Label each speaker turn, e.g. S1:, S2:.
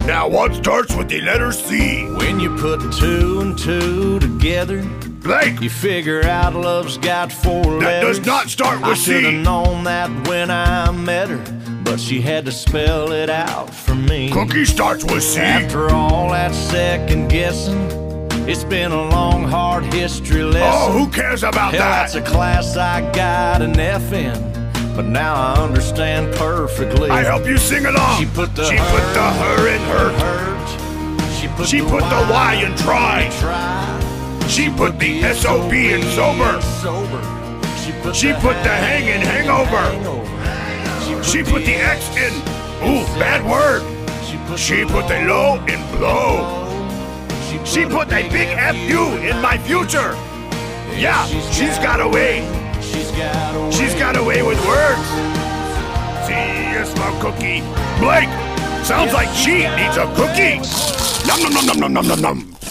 S1: Now, what starts with the letter C?
S2: When you put two and two together,
S1: Blake,
S2: you figure out love's got four
S1: that
S2: letters.
S1: does not start
S2: I
S1: with
S2: should have
S1: C.
S2: known that when I met her, but she had to spell it out for me.
S1: Cookie starts with C.
S2: After all that second guessing, it's been a long, hard history
S1: Oh,
S2: lesson.
S1: who cares about
S2: Hell, that's a
S1: that?
S2: class I got an F in, but now I understand perfectly.
S1: I help you sing along.
S2: She put the
S1: she
S2: her-
S1: put the her in hurt.
S2: hurt. She put,
S1: She
S2: the,
S1: put the
S2: Y
S1: Y in try.
S2: in try.
S1: She put the SOB in sober.
S2: sober. She put,
S1: She
S2: the,
S1: put the
S2: hang
S1: hang in hangover.
S2: hangover.
S1: She put the X in. Ooh, bad word.
S2: She put,
S1: She
S2: the
S1: put the low in blow.
S2: low.
S1: She put a big FU in my future. Yeah, she's got away.
S2: She's got away.
S1: She's got away with words. See a small cookie. Blake, sounds like she needs a cookie. Nom nom nom nom nom nom nom nom.